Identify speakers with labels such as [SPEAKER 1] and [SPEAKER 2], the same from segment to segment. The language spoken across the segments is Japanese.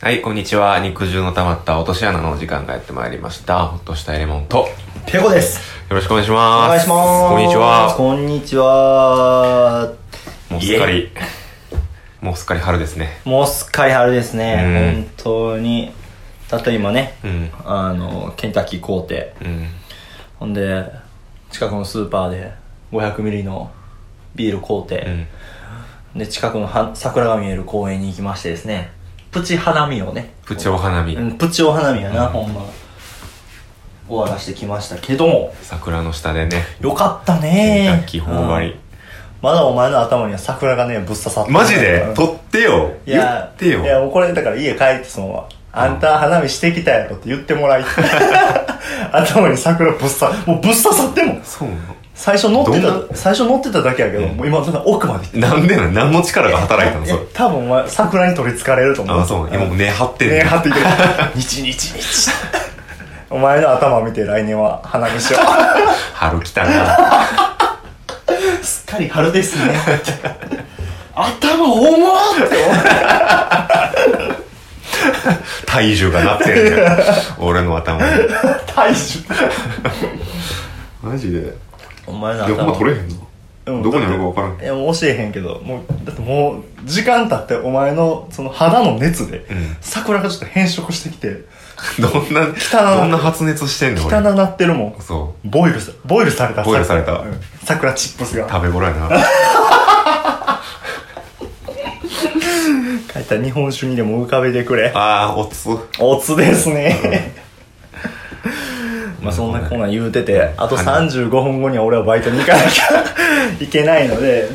[SPEAKER 1] はい、こんにちは。肉汁の溜まった落とし穴のお時間がやってまいりました。ほっとしたエレモンと、よ
[SPEAKER 2] ペコです。
[SPEAKER 1] ろしくお願いします。
[SPEAKER 2] お願いします。
[SPEAKER 1] こんにちは。
[SPEAKER 2] こんにちは。
[SPEAKER 1] もうすっかり、もうすっかり春ですね。
[SPEAKER 2] もうすっかり春ですね。
[SPEAKER 1] うん
[SPEAKER 2] 本当に。だって今ね、
[SPEAKER 1] うん。
[SPEAKER 2] あの、ケンタッキー買うて、
[SPEAKER 1] うん。
[SPEAKER 2] ほんで、近くのスーパーで500ミリのビール買う
[SPEAKER 1] う
[SPEAKER 2] て、
[SPEAKER 1] ん。
[SPEAKER 2] で、近くのは桜が見える公園に行きましてですね、プチ花見をね、
[SPEAKER 1] プチお花見
[SPEAKER 2] う。んプチお花見やな、ほんま。終わらしてきましたけども、
[SPEAKER 1] 桜の下でね。
[SPEAKER 2] よかった
[SPEAKER 1] ケ
[SPEAKER 2] ね
[SPEAKER 1] ンタッキー頬張
[SPEAKER 2] うん
[SPEAKER 1] り。
[SPEAKER 2] まだお前の頭には桜がね、ぶっ刺さってる
[SPEAKER 1] マジで
[SPEAKER 2] うん
[SPEAKER 1] 撮ってよ
[SPEAKER 2] い
[SPEAKER 1] 言
[SPEAKER 2] や
[SPEAKER 1] って
[SPEAKER 2] いや、
[SPEAKER 1] よ
[SPEAKER 2] もうこれだから家帰ってそのまま。あんた花見してきたやろって言って もらいたい。頭に桜ぶっさ、もうぶっ刺さってんもん。
[SPEAKER 1] そうなの
[SPEAKER 2] 最初乗って
[SPEAKER 1] どん
[SPEAKER 2] た、最初乗ってただけやけど、もう今ただ奥まで行って
[SPEAKER 1] なんでなの何の力が働いたの
[SPEAKER 2] い
[SPEAKER 1] そ
[SPEAKER 2] や
[SPEAKER 1] れ。
[SPEAKER 2] 多分お前、桜に取り憑かれると思う。
[SPEAKER 1] あ、そうなの今もう
[SPEAKER 2] ね。
[SPEAKER 1] 根張ってん
[SPEAKER 2] ね、
[SPEAKER 1] ね
[SPEAKER 2] 張って いける。日日日。お前の頭見て来年は花見しよう。
[SPEAKER 1] 春来たな。
[SPEAKER 2] すっかり春です ね。頭重っって思う。
[SPEAKER 1] 体重がなってるね。俺の頭に。
[SPEAKER 2] 大丈夫。
[SPEAKER 1] マジで。
[SPEAKER 2] お前の
[SPEAKER 1] いや、
[SPEAKER 2] 頭。
[SPEAKER 1] ほんま取れへんな。
[SPEAKER 2] うん
[SPEAKER 1] どこにあるかわからん
[SPEAKER 2] い。やもう教えへんけどもうだってもう時間経ってお前のその肌の熱で、
[SPEAKER 1] ん
[SPEAKER 2] 桜がちょっと変色してきて
[SPEAKER 1] どんな、どんな発熱してんの
[SPEAKER 2] 汚
[SPEAKER 1] 俺。
[SPEAKER 2] なってるもん
[SPEAKER 1] そ
[SPEAKER 2] ボイルさボイルされた
[SPEAKER 1] ボイルされた
[SPEAKER 2] うん桜チップス
[SPEAKER 1] う。
[SPEAKER 2] が
[SPEAKER 1] 食べ頃やな。
[SPEAKER 2] 書いた日本酒にでも浮かべてくれ
[SPEAKER 1] あー、おつ。
[SPEAKER 2] おつですねまあそんなこんなん言うててあと
[SPEAKER 1] はい
[SPEAKER 2] 35分後には俺はバイトに行かなきゃいけないので、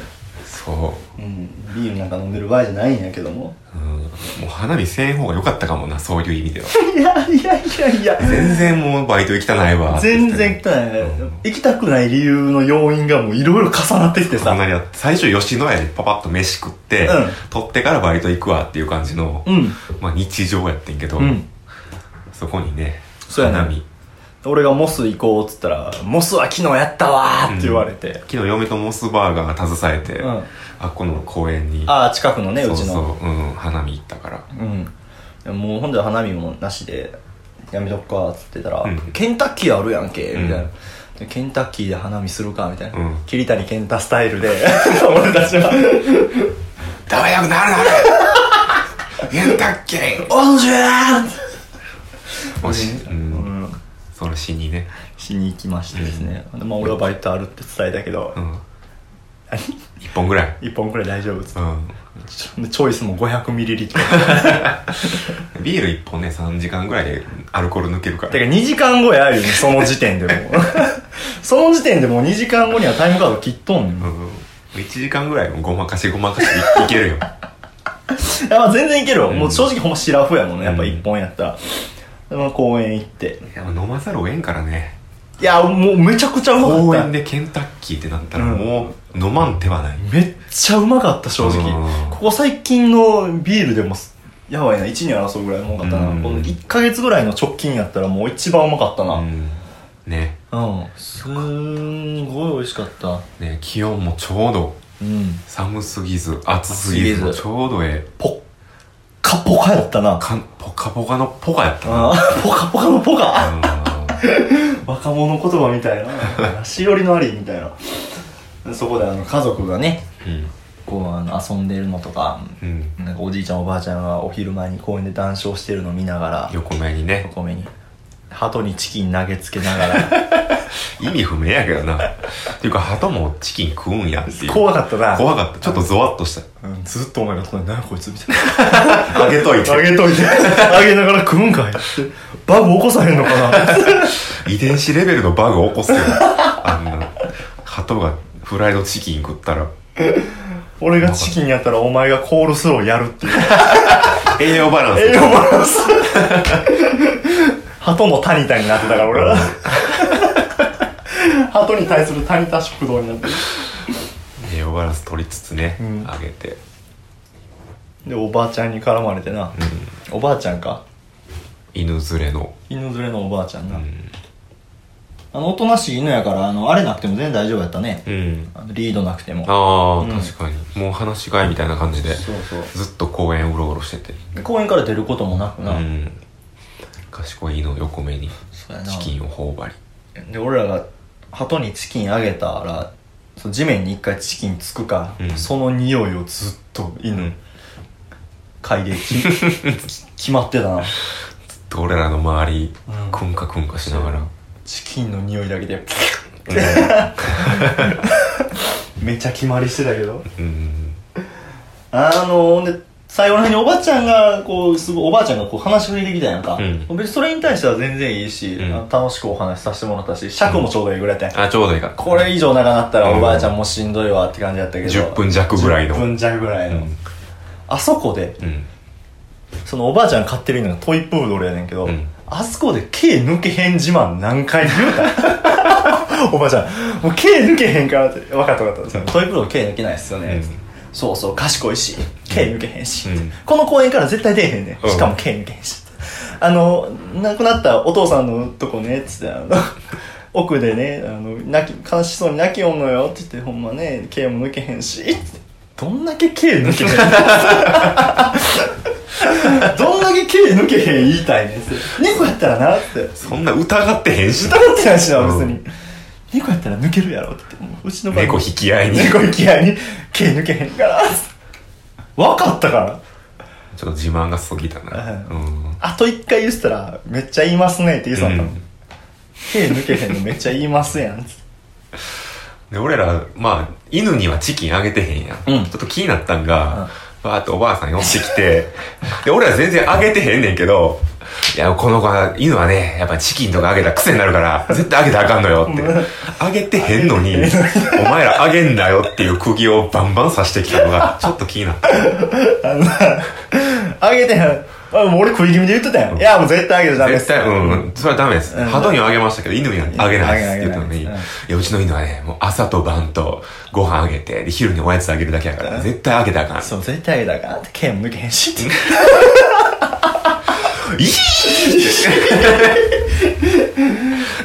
[SPEAKER 1] そ
[SPEAKER 2] うん、ビールなんか飲んでる場合じゃないんやけども
[SPEAKER 1] う。うん。もう花火せん方が良かったかもな、そういう意味では。
[SPEAKER 2] いやいやいやいや
[SPEAKER 1] 全然もうバイト行きたないわ。
[SPEAKER 2] 全然行き。たいね行きたくない理由の要因がもういろいろ重なってきて
[SPEAKER 1] そ
[SPEAKER 2] さ
[SPEAKER 1] んなにあって最初吉野家でパパッと飯食って、
[SPEAKER 2] うん
[SPEAKER 1] 取ってからバイト行くわっていう感じの、
[SPEAKER 2] うん
[SPEAKER 1] まあ日常やってんけど、
[SPEAKER 2] うん
[SPEAKER 1] そこにね、
[SPEAKER 2] そうやね
[SPEAKER 1] 花見。
[SPEAKER 2] 俺がモス行こうっつったら「モスは昨日やったわ」って言われて、
[SPEAKER 1] 昨日嫁とモスバーガーが携えて、
[SPEAKER 2] うん
[SPEAKER 1] あっこの公園に、
[SPEAKER 2] ああ近くのねう
[SPEAKER 1] そう
[SPEAKER 2] ちの
[SPEAKER 1] そう、うん、花見行ったから。
[SPEAKER 2] うんもうほんで花見もなしでやめとくかっつってたら、
[SPEAKER 1] うん
[SPEAKER 2] ケンタッキーあるやんけ」みたいな、
[SPEAKER 1] うん
[SPEAKER 2] でケンタッキーで花見するかみたいな、
[SPEAKER 1] うん
[SPEAKER 2] 桐谷健太スタイルで 俺たちは
[SPEAKER 1] ダメだくなるなる ケンタッキー
[SPEAKER 2] 「オンジュー!」
[SPEAKER 1] もし、う、
[SPEAKER 2] うんん
[SPEAKER 1] その詩にね、
[SPEAKER 2] しに行きましてですね、でまあ、俺はバイトあるって伝えたけど、
[SPEAKER 1] うん、一本ぐらい。
[SPEAKER 2] 一本くらい大丈夫っつっ
[SPEAKER 1] う
[SPEAKER 2] て
[SPEAKER 1] ん。
[SPEAKER 2] ちょチョイスも500ミリリットル
[SPEAKER 1] ビール一本ね、3時間ぐらいでアルコール抜けるから。
[SPEAKER 2] てか2時間後やよねその時点でもう その時点でもう2時間後にはタイムカード切っとんねん、
[SPEAKER 1] う
[SPEAKER 2] い
[SPEAKER 1] ん。1時間ぐらいもごまかしごまかしいいけるよ。
[SPEAKER 2] や まあ全然いけるわ、
[SPEAKER 1] うん
[SPEAKER 2] もう正直ほんまシラフやもんねやっぱ1本やったら、でまあ、公園行って
[SPEAKER 1] いや飲まざるをえんからね。
[SPEAKER 2] いやもうめちゃくちゃうまかった
[SPEAKER 1] 公園でケンタッキーってなったら
[SPEAKER 2] うん
[SPEAKER 1] もう飲まん手はない。
[SPEAKER 2] めっちゃうまかった正
[SPEAKER 1] うん
[SPEAKER 2] 直ここ最近のビールでもやばいな1に争うぐらいうまかったな、
[SPEAKER 1] うん
[SPEAKER 2] この1ヶ月ぐらいの直近やったらもう一番うまかったな
[SPEAKER 1] う
[SPEAKER 2] うん、
[SPEAKER 1] ん。ね。
[SPEAKER 2] すんごい美味しかった
[SPEAKER 1] ね、気温もちょうど
[SPEAKER 2] うん
[SPEAKER 1] 寒すぎず、暑すぎず、
[SPEAKER 2] 暑すぎず
[SPEAKER 1] ちょうどええ。
[SPEAKER 2] ポッカポカやったな
[SPEAKER 1] かん、ポカポカのポカやったな。
[SPEAKER 2] あー ポカポカのポカ
[SPEAKER 1] うん
[SPEAKER 2] 若者言葉み たいなしおりのありみたいなそこであの家族がね
[SPEAKER 1] うん
[SPEAKER 2] こうあの遊んでるのとか
[SPEAKER 1] うん
[SPEAKER 2] なんかおじいちゃんおばあちゃんがお昼前に公園で談笑してるの見ながら
[SPEAKER 1] 横目にね
[SPEAKER 2] 横目に鳩にチキン投げつけなが ら
[SPEAKER 1] 意味不明やけどなっていうか鳩もチキン食うんやっていう
[SPEAKER 2] 怖かったな
[SPEAKER 1] 怖かったちょっとゾワッとした
[SPEAKER 2] うんずっとお前がこれ何やこいつみたい
[SPEAKER 1] あげとい
[SPEAKER 2] な あげといてあげながら食うんか いってバグ起こさへんのか な
[SPEAKER 1] 遺伝子レベルのバグ起こすよあんな鳩がフライドチキン食ったら
[SPEAKER 2] 俺がチキンやったらお前がコールスロー やるっていう
[SPEAKER 1] 栄養バランス
[SPEAKER 2] 栄養バランス 鳩のタニタになってたから俺は 鳩に対するタニタ食堂になってる
[SPEAKER 1] 栄養バランス取りつつね、
[SPEAKER 2] うん
[SPEAKER 1] あげて
[SPEAKER 2] でおばあちゃんに絡まれてな、おばあちゃんか
[SPEAKER 1] 犬連れの、
[SPEAKER 2] 犬連れのおばあちゃん
[SPEAKER 1] う
[SPEAKER 2] な、
[SPEAKER 1] ん
[SPEAKER 2] あのおとなしい犬やからあのあれなくても全然大丈夫やったね
[SPEAKER 1] うん
[SPEAKER 2] あのリードなくても
[SPEAKER 1] ああ、
[SPEAKER 2] うん
[SPEAKER 1] 確かにもう話し飼いみたいな感じで
[SPEAKER 2] そうそう
[SPEAKER 1] ずっと公園うろうろしてて
[SPEAKER 2] で公園から出ることもなく
[SPEAKER 1] う
[SPEAKER 2] な、
[SPEAKER 1] ん賢い犬を横目に
[SPEAKER 2] そうやな
[SPEAKER 1] チキンを頬張り
[SPEAKER 2] で俺らが鳩にチキンあげたらそう地面に一回チキンつくか、
[SPEAKER 1] うん
[SPEAKER 2] その匂いをずっと犬嗅 いできき決まってたな
[SPEAKER 1] 俺らの周り、
[SPEAKER 2] うん
[SPEAKER 1] くんかくんかしながら、
[SPEAKER 2] チキンの匂いだけで
[SPEAKER 1] う
[SPEAKER 2] めっちゃ決まりしてたけど
[SPEAKER 1] んうん、
[SPEAKER 2] あので最後の辺におばちゃんがこうすごいおばあちゃんがこう話しかけてきたやんか、
[SPEAKER 1] うん
[SPEAKER 2] 別にそれに対しては全然いいし、
[SPEAKER 1] うん
[SPEAKER 2] あの楽しくお話しさせてもらったし尺もちょうどいいぐらいで、
[SPEAKER 1] あちょうどいいか
[SPEAKER 2] これ以上長なった
[SPEAKER 1] う
[SPEAKER 2] ら
[SPEAKER 1] ん
[SPEAKER 2] おばあちゃんもしんどいわって感じだったけど
[SPEAKER 1] 10分弱ぐらいの
[SPEAKER 2] 10分弱ぐらいの、
[SPEAKER 1] うん
[SPEAKER 2] あそこで
[SPEAKER 1] うん
[SPEAKER 2] そのおばあちゃん飼ってる犬がトイプードルやねんけど、
[SPEAKER 1] うん
[SPEAKER 2] あそこで毛抜けへん自慢何回言う たおばあちゃんもう毛抜けへんからって分かった分かった、
[SPEAKER 1] うん
[SPEAKER 2] トイプードル毛抜けないっすよね、
[SPEAKER 1] うん
[SPEAKER 2] そうそう賢いし毛抜けへんし、
[SPEAKER 1] うん
[SPEAKER 2] この公園から絶対出えへんねん
[SPEAKER 1] うん
[SPEAKER 2] しかも毛抜けへんし、あの亡くなったお父さんのとこねっつってあの 奥でねあの泣き悲しそうに泣きおんのよって言ってほんまね毛も抜けへんしどんだけ毛抜けへんどんだけ毛抜けへん言いたいねんって猫やったらなって
[SPEAKER 1] そんな疑ってへんし
[SPEAKER 2] 疑ってないしな別
[SPEAKER 1] う
[SPEAKER 2] に猫やったら抜けるやろって言ってもううちの場合
[SPEAKER 1] 猫引き合いに
[SPEAKER 2] 猫引き合いに毛抜けへんから分かったから
[SPEAKER 1] ちょっと自慢が過ぎたな、
[SPEAKER 2] う
[SPEAKER 1] うん
[SPEAKER 2] あと一回言ってたらめっちゃ言いますねって言いそうだった
[SPEAKER 1] う
[SPEAKER 2] の、
[SPEAKER 1] ん
[SPEAKER 2] 毛抜けへんのめっちゃ言いますやんっつって
[SPEAKER 1] で俺らまあ犬にはチキンあげてへんやん、
[SPEAKER 2] うん
[SPEAKER 1] ちょっと気になったんが、バーッとおばあさん寄ってきてで俺ら全然あげてへんねんけどいやこの子は犬はねやっぱチキンとかあげたら癖になるから絶対あげたらあかんのよってあげてへんのにお前らあげんなよっていう釘をバンバン刺してきたのがちょっと気になった
[SPEAKER 2] あのあげてへんあもう俺食い気味で言ってたやん、いやもう絶対あげちゃダメっ
[SPEAKER 1] 絶
[SPEAKER 2] す
[SPEAKER 1] 対、うん、それはダメです。
[SPEAKER 2] うん
[SPEAKER 1] 鳩にはあげましたけど、犬にはあげないですって言ったのに、
[SPEAKER 2] あげ
[SPEAKER 1] い
[SPEAKER 2] ないあげない
[SPEAKER 1] や、うちの犬はね、もう朝と晩とご飯あげて、で昼におやつあげるだけやから、絶対あげたらあかん。
[SPEAKER 2] そう絶対あげたらあかんって毛も抜けへんしって
[SPEAKER 1] いひーっ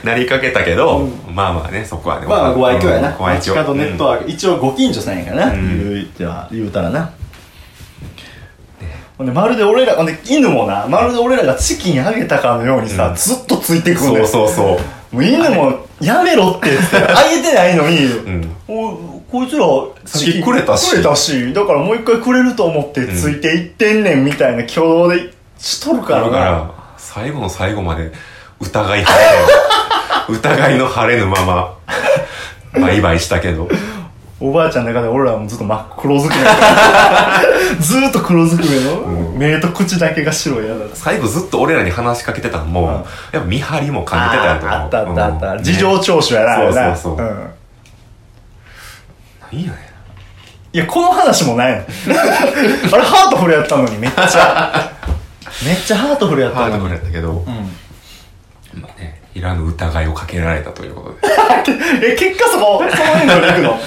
[SPEAKER 1] て なりかけたけど、まあまあね、そこはね。
[SPEAKER 2] まあご愛嬌やな
[SPEAKER 1] うんご愛嬌。
[SPEAKER 2] 街角ネットは一応ご近所さんやからな、
[SPEAKER 1] うん
[SPEAKER 2] 言うては言うたらな、ほんでまるで俺らほんで犬もなまるで俺らがチキンあげたかのようにさ、
[SPEAKER 1] うん
[SPEAKER 2] ずっとついて
[SPEAKER 1] う
[SPEAKER 2] く
[SPEAKER 1] ん
[SPEAKER 2] んだよ
[SPEAKER 1] そうそうそう。
[SPEAKER 2] もう犬もやめろって言ってあげてないのに、おこいつら
[SPEAKER 1] 先くれたし
[SPEAKER 2] くれたしだからもう一回くれると思ってついていってんねんみたいな挙動でしとるか
[SPEAKER 1] だ
[SPEAKER 2] ら
[SPEAKER 1] か
[SPEAKER 2] な
[SPEAKER 1] ら、最後の最後まで疑い晴れ ぬ。疑いの晴れぬまま、バイバイしたけど。
[SPEAKER 2] おばあちゃんの中で俺らはもうずっと真っ黒ずくめだ からずーっと黒ずくめの、目と口だけが白いやだった
[SPEAKER 1] 最後ずっと俺らに話しかけてたのも、
[SPEAKER 2] うん
[SPEAKER 1] やっぱ見張りも感じてたやと思う
[SPEAKER 2] あーあったあったあった、
[SPEAKER 1] うん
[SPEAKER 2] 事情聴取やなあれな
[SPEAKER 1] そうそうそうんいいよね
[SPEAKER 2] いやこの話もないの あれハートフルやったのにめっちゃめっちゃハートフルやっ
[SPEAKER 1] ハ
[SPEAKER 2] た
[SPEAKER 1] ード
[SPEAKER 2] の
[SPEAKER 1] フ
[SPEAKER 2] に
[SPEAKER 1] ルやったけど、
[SPEAKER 2] うん
[SPEAKER 1] まあねいらぬ疑いをかけられたということで、
[SPEAKER 2] え、結果そこ、その辺まで行くの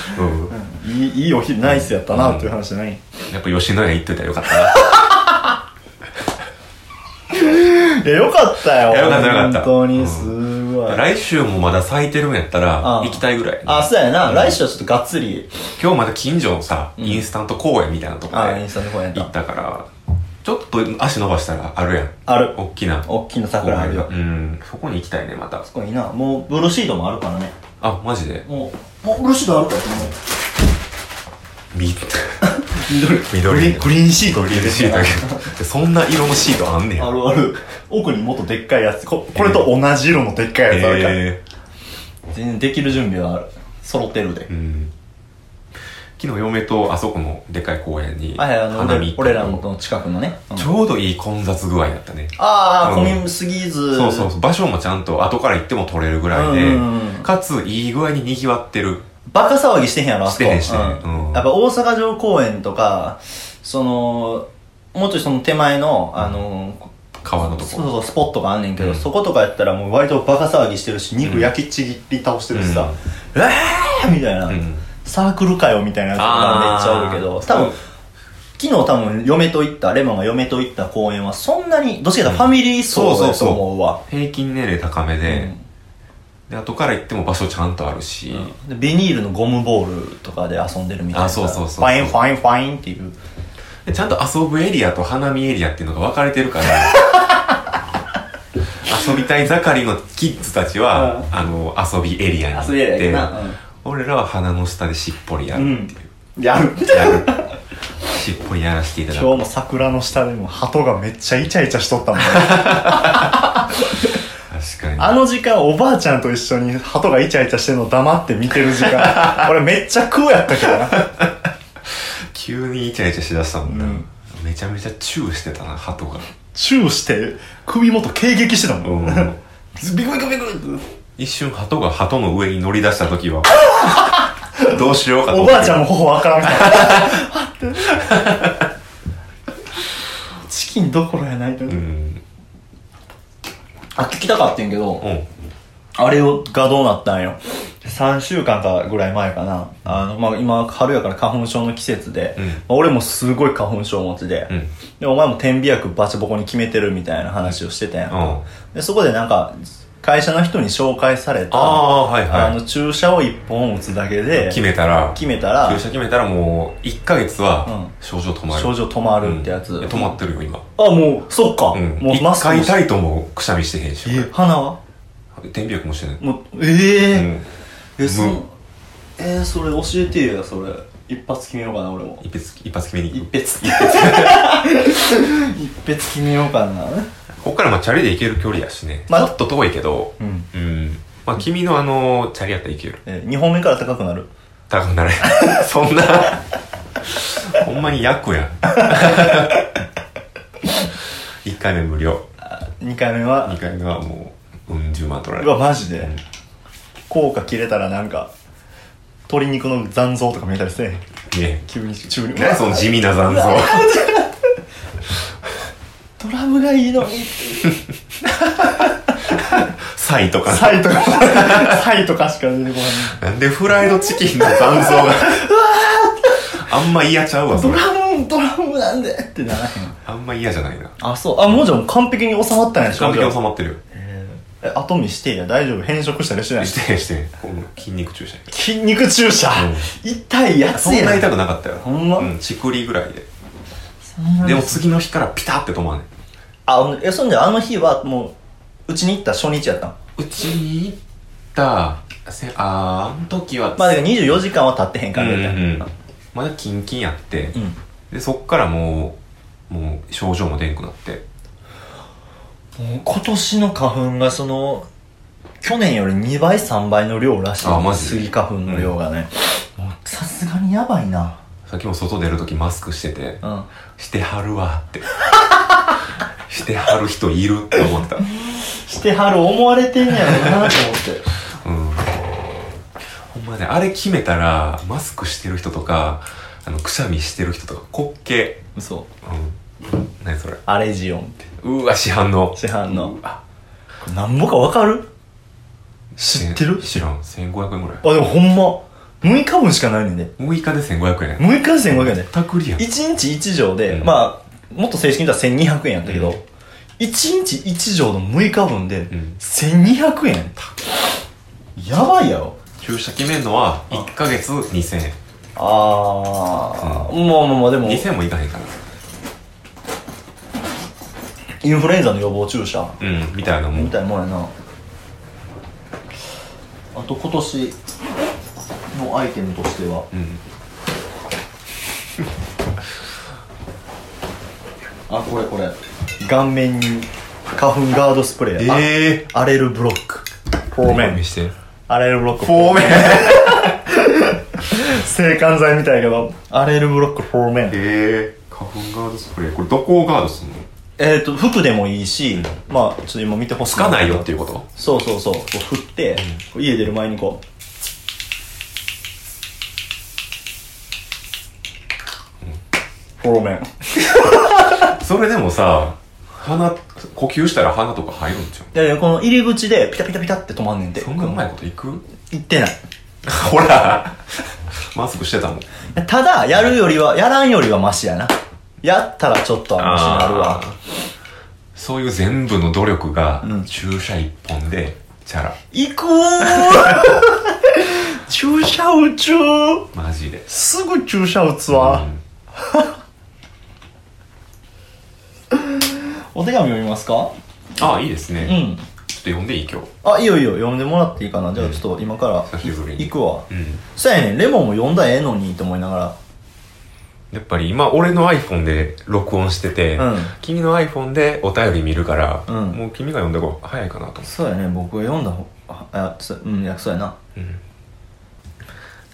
[SPEAKER 1] うん
[SPEAKER 2] いい、いいお昼、ナイスやったなっていう話じゃない。
[SPEAKER 1] やっぱ吉野家行ってたらよかった な
[SPEAKER 2] いや、よかったよ。
[SPEAKER 1] いやよかったよかった
[SPEAKER 2] 本当に、すごい。
[SPEAKER 1] 来週もまだ咲いてるんやったら
[SPEAKER 2] うん
[SPEAKER 1] 行きたいぐらい、
[SPEAKER 2] あ、そうやな。来週はちょっとがっつり、
[SPEAKER 1] 今日まだ近所のさ、インスタント公園みたいなとこ
[SPEAKER 2] あ、イ
[SPEAKER 1] で
[SPEAKER 2] ンスタの方やっ。
[SPEAKER 1] 行ったたからちょっと足伸ばしたらあるやん
[SPEAKER 2] ある。
[SPEAKER 1] 大きな
[SPEAKER 2] おっきな桜あるよ
[SPEAKER 1] 公。園がうんそこに行きたいねまた
[SPEAKER 2] すごいな。もう、ブルーシートもあるからね。
[SPEAKER 1] あマジで
[SPEAKER 2] もう、もうブルーシートあるからね。
[SPEAKER 1] み
[SPEAKER 2] グリ
[SPEAKER 1] 緑
[SPEAKER 2] ーングリーンシート
[SPEAKER 1] リルシートや けどそんな色のシートあんねん
[SPEAKER 2] あるある。奥にもっとでっかいやつ。ここれと同じ色のでっかいやつあるから。
[SPEAKER 1] え
[SPEAKER 2] 全然できる準備はある。揃ってるで
[SPEAKER 1] ーう。ん昨日嫁とあそこのでかい公園に
[SPEAKER 2] はいはい、あの、
[SPEAKER 1] 花見行
[SPEAKER 2] 俺
[SPEAKER 1] った
[SPEAKER 2] 俺
[SPEAKER 1] け
[SPEAKER 2] ら
[SPEAKER 1] ど
[SPEAKER 2] の近くのね。うん
[SPEAKER 1] ちょうどいい混雑具合だったね
[SPEAKER 2] ああ、
[SPEAKER 1] うん
[SPEAKER 2] 混みすぎず。
[SPEAKER 1] そうそうそう場所もちゃんと後から行っても取れるぐらい
[SPEAKER 2] うん
[SPEAKER 1] で
[SPEAKER 2] うんうん
[SPEAKER 1] かついい具合に賑わってる
[SPEAKER 2] バカ騒ぎしてへんやろ、あそこ。
[SPEAKER 1] してへんしてへん
[SPEAKER 2] うん
[SPEAKER 1] うん
[SPEAKER 2] やっぱ大阪城公園とか、その、もうちょいその手前の、あの、
[SPEAKER 1] 川のと
[SPEAKER 2] そう
[SPEAKER 1] こ
[SPEAKER 2] そう、スポットがあんねんけど、
[SPEAKER 1] うん
[SPEAKER 2] そことかやったらもう割とバカ騒ぎしてるし、肉焼きちぎり倒してるしさ、うわーみたいな、
[SPEAKER 1] うん
[SPEAKER 2] サークルかよみたいなやつがめっちゃあるけど、
[SPEAKER 1] あー
[SPEAKER 2] 多分、昨日多分嫁と行った、レモンが嫁と行った公園はそんなに、どっちかというとファミリー層だと思うわ。
[SPEAKER 1] 平均年齢高めでで後から行っても場所ちゃんとあるし、
[SPEAKER 2] でビニールのゴムボールとかで遊んでるみたいな
[SPEAKER 1] あそうそうそうそう
[SPEAKER 2] ファインファインファインっていう
[SPEAKER 1] でちゃんと遊ぶエリアと花見エリアっていうのが分かれてるから 遊びたい盛りのキッズたちは、あの遊びエリアに行って
[SPEAKER 2] 遊びエリア行くなうん
[SPEAKER 1] 俺らは鼻の下でしっぽりやるっていう、
[SPEAKER 2] やる
[SPEAKER 1] やる しっぽりやらせていただ
[SPEAKER 2] 今日
[SPEAKER 1] く
[SPEAKER 2] も桜の下でも鳩がめっちゃイチャイチャしとったもん
[SPEAKER 1] 確かに
[SPEAKER 2] あの時間おばあちゃんと一緒に鳩がイチャイチャしてるの黙って見てる時 間俺めっちゃ食うやったけどな
[SPEAKER 1] 急にイチャイチャしだしたもんな、
[SPEAKER 2] うん
[SPEAKER 1] めちゃめちゃチューしてたな鳩が
[SPEAKER 2] チューして首元軽撃してたもん、
[SPEAKER 1] うん
[SPEAKER 2] ビクビクビクって
[SPEAKER 1] 一瞬鳩が鳩の上に乗り出した時 はどうしようかと
[SPEAKER 2] お
[SPEAKER 1] 思って
[SPEAKER 2] ばあちゃんも頬わからんから チキンどころやないと、
[SPEAKER 1] うん
[SPEAKER 2] あ聞きたかったんけど、
[SPEAKER 1] うん
[SPEAKER 2] あれをがどうなったんよ3週間かぐらい前かなあの、まあ、今春やから花粉症の季節で、
[SPEAKER 1] うん
[SPEAKER 2] まあ俺もすごい花粉症持ちで、
[SPEAKER 1] うん
[SPEAKER 2] でお前も点鼻薬バチボコに決めてるみたいな話をしてたやん、
[SPEAKER 1] うん
[SPEAKER 2] でそこでなんか会社の人に紹介された
[SPEAKER 1] あーはいはい
[SPEAKER 2] あの注射を1本打つだけで
[SPEAKER 1] 決めたら
[SPEAKER 2] 決めたら
[SPEAKER 1] 注射決めたらもう1ヶ月は
[SPEAKER 2] う
[SPEAKER 1] 症状止まる、
[SPEAKER 2] 症状止まるってやつ、
[SPEAKER 1] うん止まってるよ今、
[SPEAKER 2] あもうそっか、
[SPEAKER 1] うん、
[SPEAKER 2] もうマ
[SPEAKER 1] 1
[SPEAKER 2] スク
[SPEAKER 1] 回
[SPEAKER 2] もし
[SPEAKER 1] 痛いともくしゃみしてへんし
[SPEAKER 2] え鼻は
[SPEAKER 1] 俺点鼻薬もしてない、
[SPEAKER 2] もう
[SPEAKER 1] う
[SPEAKER 2] ええー
[SPEAKER 1] ん、
[SPEAKER 2] えそ
[SPEAKER 1] 無
[SPEAKER 2] えー、それ教えてよそれ一発決めようかな俺も
[SPEAKER 1] 一発一発決めに行
[SPEAKER 2] 一
[SPEAKER 1] く
[SPEAKER 2] 発一発決めようかな
[SPEAKER 1] こっからまあチャリで行ける距離やしね、
[SPEAKER 2] まあ
[SPEAKER 1] ちょっと遠いけど
[SPEAKER 2] うん、
[SPEAKER 1] うんまあ君のあのチャリやったらいける
[SPEAKER 2] え2本目から高くなる
[SPEAKER 1] 高くなれ そんなほんまに役やん1回目無料
[SPEAKER 2] 2回目は
[SPEAKER 1] 2回目はもううん十万取られ
[SPEAKER 2] う
[SPEAKER 1] る
[SPEAKER 2] わマジで効果切れたらなんか鶏肉の残像とか見えたりせえへん
[SPEAKER 1] ね
[SPEAKER 2] 急に中に
[SPEAKER 1] え何その地味な残像
[SPEAKER 2] ドラムがいいのに
[SPEAKER 1] サイとか
[SPEAKER 2] サイとか サイとかしか出てこ
[SPEAKER 1] な
[SPEAKER 2] ない
[SPEAKER 1] んでフライドチキンの残像があんま嫌ちゃうわそ
[SPEAKER 2] ド
[SPEAKER 1] れ
[SPEAKER 2] ラムドラムなんでってならへん
[SPEAKER 1] あんま嫌じゃないな
[SPEAKER 2] あそうあもうじゃあもう完璧に収まったんや
[SPEAKER 1] 完璧に収
[SPEAKER 2] ま
[SPEAKER 1] まってるよ
[SPEAKER 2] え後見してや大丈夫変色したりしてない
[SPEAKER 1] してしてこの筋肉注射
[SPEAKER 2] 筋肉注射、痛いや
[SPEAKER 1] そ
[SPEAKER 2] つ
[SPEAKER 1] ん
[SPEAKER 2] や
[SPEAKER 1] な痛くなかったよ
[SPEAKER 2] ほんま
[SPEAKER 1] うん、ちくりぐらいで
[SPEAKER 2] そんな
[SPEAKER 1] でも次の日からピタって止まんねん
[SPEAKER 2] あうんえそんであの日はもううちに行った初日やったん
[SPEAKER 1] うちに行ったせあーあの時は
[SPEAKER 2] まあだから24時間は経ってへん
[SPEAKER 1] う
[SPEAKER 2] か
[SPEAKER 1] ん
[SPEAKER 2] ら
[SPEAKER 1] う
[SPEAKER 2] みたい
[SPEAKER 1] ん
[SPEAKER 2] な
[SPEAKER 1] まだキンキンやって、
[SPEAKER 2] うん
[SPEAKER 1] でそっからもうもう症状も出んくなって
[SPEAKER 2] もう今年の花粉がその去年より2倍3倍の量らしい
[SPEAKER 1] あマジ
[SPEAKER 2] スギ花粉の量がね、もうさすがにやばいな
[SPEAKER 1] さっきも外出る時マスクしてて
[SPEAKER 2] うん
[SPEAKER 1] してはるわって してはる人いるって思った
[SPEAKER 2] してはる思われてんやろなと思って
[SPEAKER 1] うんほんまねあれ決めたらマスクしてる人とかあのくしゃみしてる人とか滑稽
[SPEAKER 2] 嘘
[SPEAKER 1] うん何それ
[SPEAKER 2] アレジオンって
[SPEAKER 1] うわ市販の
[SPEAKER 2] 市販の
[SPEAKER 1] うわ
[SPEAKER 2] これなんぼかわかる知ってる
[SPEAKER 1] 知らん1500円ぐらい
[SPEAKER 2] あ、でもほんま、6日分しかないねんで。
[SPEAKER 1] 6日で1500円
[SPEAKER 2] 6日で1500円で。
[SPEAKER 1] たくりやん
[SPEAKER 2] 1日1錠で、
[SPEAKER 1] うん
[SPEAKER 2] まあ、もっと正式に言ったら1200円やったけど、
[SPEAKER 1] うん
[SPEAKER 2] 1日1錠の6日分で
[SPEAKER 1] ん、
[SPEAKER 2] 1200円、やばいやろ。
[SPEAKER 1] 注射決めるのは1ヶ月2000円
[SPEAKER 2] あー、まあまあまあ、でも、
[SPEAKER 1] 2000円もいかへんかな
[SPEAKER 2] インフルエンザの予防注射
[SPEAKER 1] うんみたいなも
[SPEAKER 2] み
[SPEAKER 1] ん
[SPEAKER 2] たいなもんやな。あと今年のアイテムとしては、
[SPEAKER 1] うん
[SPEAKER 2] あ、これこれ。顔面に花粉ガードスプレー。あ
[SPEAKER 1] ええ
[SPEAKER 2] アレルブロック。フ
[SPEAKER 1] ー見して
[SPEAKER 2] アレルブロック。
[SPEAKER 1] フォーメン
[SPEAKER 2] 制汗剤みたいやけど。アレルブロックフォーメン。
[SPEAKER 1] ええ花粉ガードスプレーこれどこをガードするの
[SPEAKER 2] えっ、ー、と、服でもいいし、まあ、ちょっと今見てほし
[SPEAKER 1] つかないよっていうこと
[SPEAKER 2] そうそうそう。こう振って、こう家出る前にこう。フォーメン。
[SPEAKER 1] それでもさ鼻呼吸したら鼻とか入るんじゃん
[SPEAKER 2] いやいや、この入り口でピタピタピタって止まんねんて。
[SPEAKER 1] そんなうまいこといく
[SPEAKER 2] 言ってない。
[SPEAKER 1] ほらマスクしてたもん
[SPEAKER 2] ただ、やるよりは、やらんよりはマシやな。やったらちょっとはマシになるわ。
[SPEAKER 1] そういう全部の努力が
[SPEAKER 2] うん
[SPEAKER 1] 注射一本でチャラ
[SPEAKER 2] 行くー 注射打ちゅー
[SPEAKER 1] マジです
[SPEAKER 2] ぐ注射打つ
[SPEAKER 1] う
[SPEAKER 2] わ、
[SPEAKER 1] ん
[SPEAKER 2] お手紙読みますか
[SPEAKER 1] あいいですね、
[SPEAKER 2] う
[SPEAKER 1] ちょっ
[SPEAKER 2] ん
[SPEAKER 1] と読んでいい今日
[SPEAKER 2] あいいよいいよ読んでもらっていいかなじゃあちょっと今から
[SPEAKER 1] 久しぶりに
[SPEAKER 2] 行くわ
[SPEAKER 1] うん
[SPEAKER 2] そやねんレモンも読んだらええのにって思いなが
[SPEAKER 1] やっぱり今俺の iPhone で録音してて、
[SPEAKER 2] うん
[SPEAKER 1] 君の iPhone でお便り見るから、
[SPEAKER 2] うん
[SPEAKER 1] もう君が読んだ方が早いかなと
[SPEAKER 2] ら
[SPEAKER 1] 思
[SPEAKER 2] そうやね僕が読んだ方ああそうんいやそうやな
[SPEAKER 1] う、うん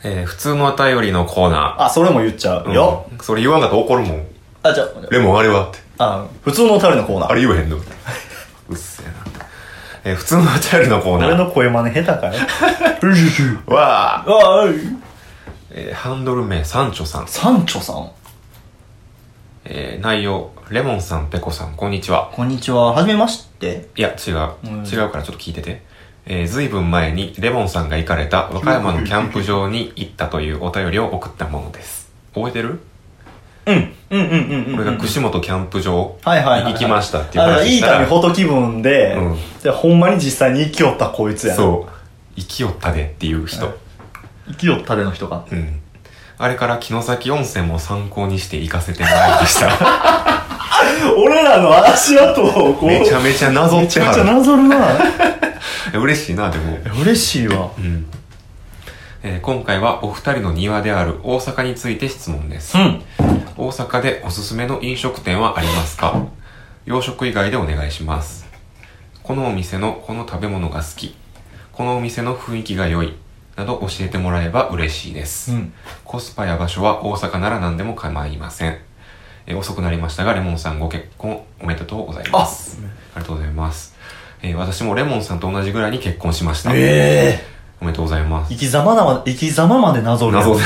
[SPEAKER 1] えー普通のお便りのコーナ
[SPEAKER 2] あそれも言っちゃ
[SPEAKER 1] ー、う
[SPEAKER 2] うんよ、
[SPEAKER 1] それ言わんかったら怒るもん
[SPEAKER 2] あじゃあ
[SPEAKER 1] レモンあれはって
[SPEAKER 2] あ普通のお便りのコーナー
[SPEAKER 1] あれ言えへんの うっせえな、えー普通のお便りのコーナ
[SPEAKER 2] 俺
[SPEAKER 1] ー
[SPEAKER 2] の声真似下手 かよ
[SPEAKER 1] は、
[SPEAKER 2] あい
[SPEAKER 1] えーハンドル名サンチョさん、
[SPEAKER 2] サンチョさん
[SPEAKER 1] えー内容レモンさんペコさんこんにちは
[SPEAKER 2] こんにちははじめまして
[SPEAKER 1] いや、違う。
[SPEAKER 2] うん
[SPEAKER 1] 違うからちょっと聞いてて。えー、ずいぶん前にレモンさんが行かれた和歌山のキャンプ場に行ったというお便りを送ったものです。覚えてる、
[SPEAKER 2] うんうんうんうんうん
[SPEAKER 1] これが串本キャンプ場
[SPEAKER 2] はいはいはいは
[SPEAKER 1] に
[SPEAKER 2] い
[SPEAKER 1] 行きましたっていう
[SPEAKER 2] あの
[SPEAKER 1] 話
[SPEAKER 2] いい
[SPEAKER 1] したら。
[SPEAKER 2] 旅ほど気分で、
[SPEAKER 1] うん
[SPEAKER 2] でほんまに実際に生きよったこいつやな
[SPEAKER 1] そう。生きよったでっていう人。
[SPEAKER 2] 生きよったでの人が
[SPEAKER 1] うん。あれから城崎温泉も参考にして行かせてもらいました。
[SPEAKER 2] 俺らの足跡をこう
[SPEAKER 1] めちゃめちゃなぞって
[SPEAKER 2] めちゃめちゃ
[SPEAKER 1] は
[SPEAKER 2] なぞるな
[SPEAKER 1] る。嬉しいな、でも。
[SPEAKER 2] 嬉しいわ
[SPEAKER 1] うん。えー今回はお二人の庭である大阪について質問です。
[SPEAKER 2] ん
[SPEAKER 1] 大阪でおすすめの飲食店はありますか洋食以外でお願いしますこのお店のこの食べ物が好きこのお店の雰囲気が良いなど教えてもらえば嬉しいです、
[SPEAKER 2] うん
[SPEAKER 1] コスパや場所は大阪なら何でも構いませんえー遅くなりましたがレモンさんご結婚おめでとうございますありがとうございます、えー私もレモンさんと同じぐらいに結婚しました、
[SPEAKER 2] え
[SPEAKER 1] おめでとうございます
[SPEAKER 2] え生き様なま生き様までなぞる
[SPEAKER 1] 謎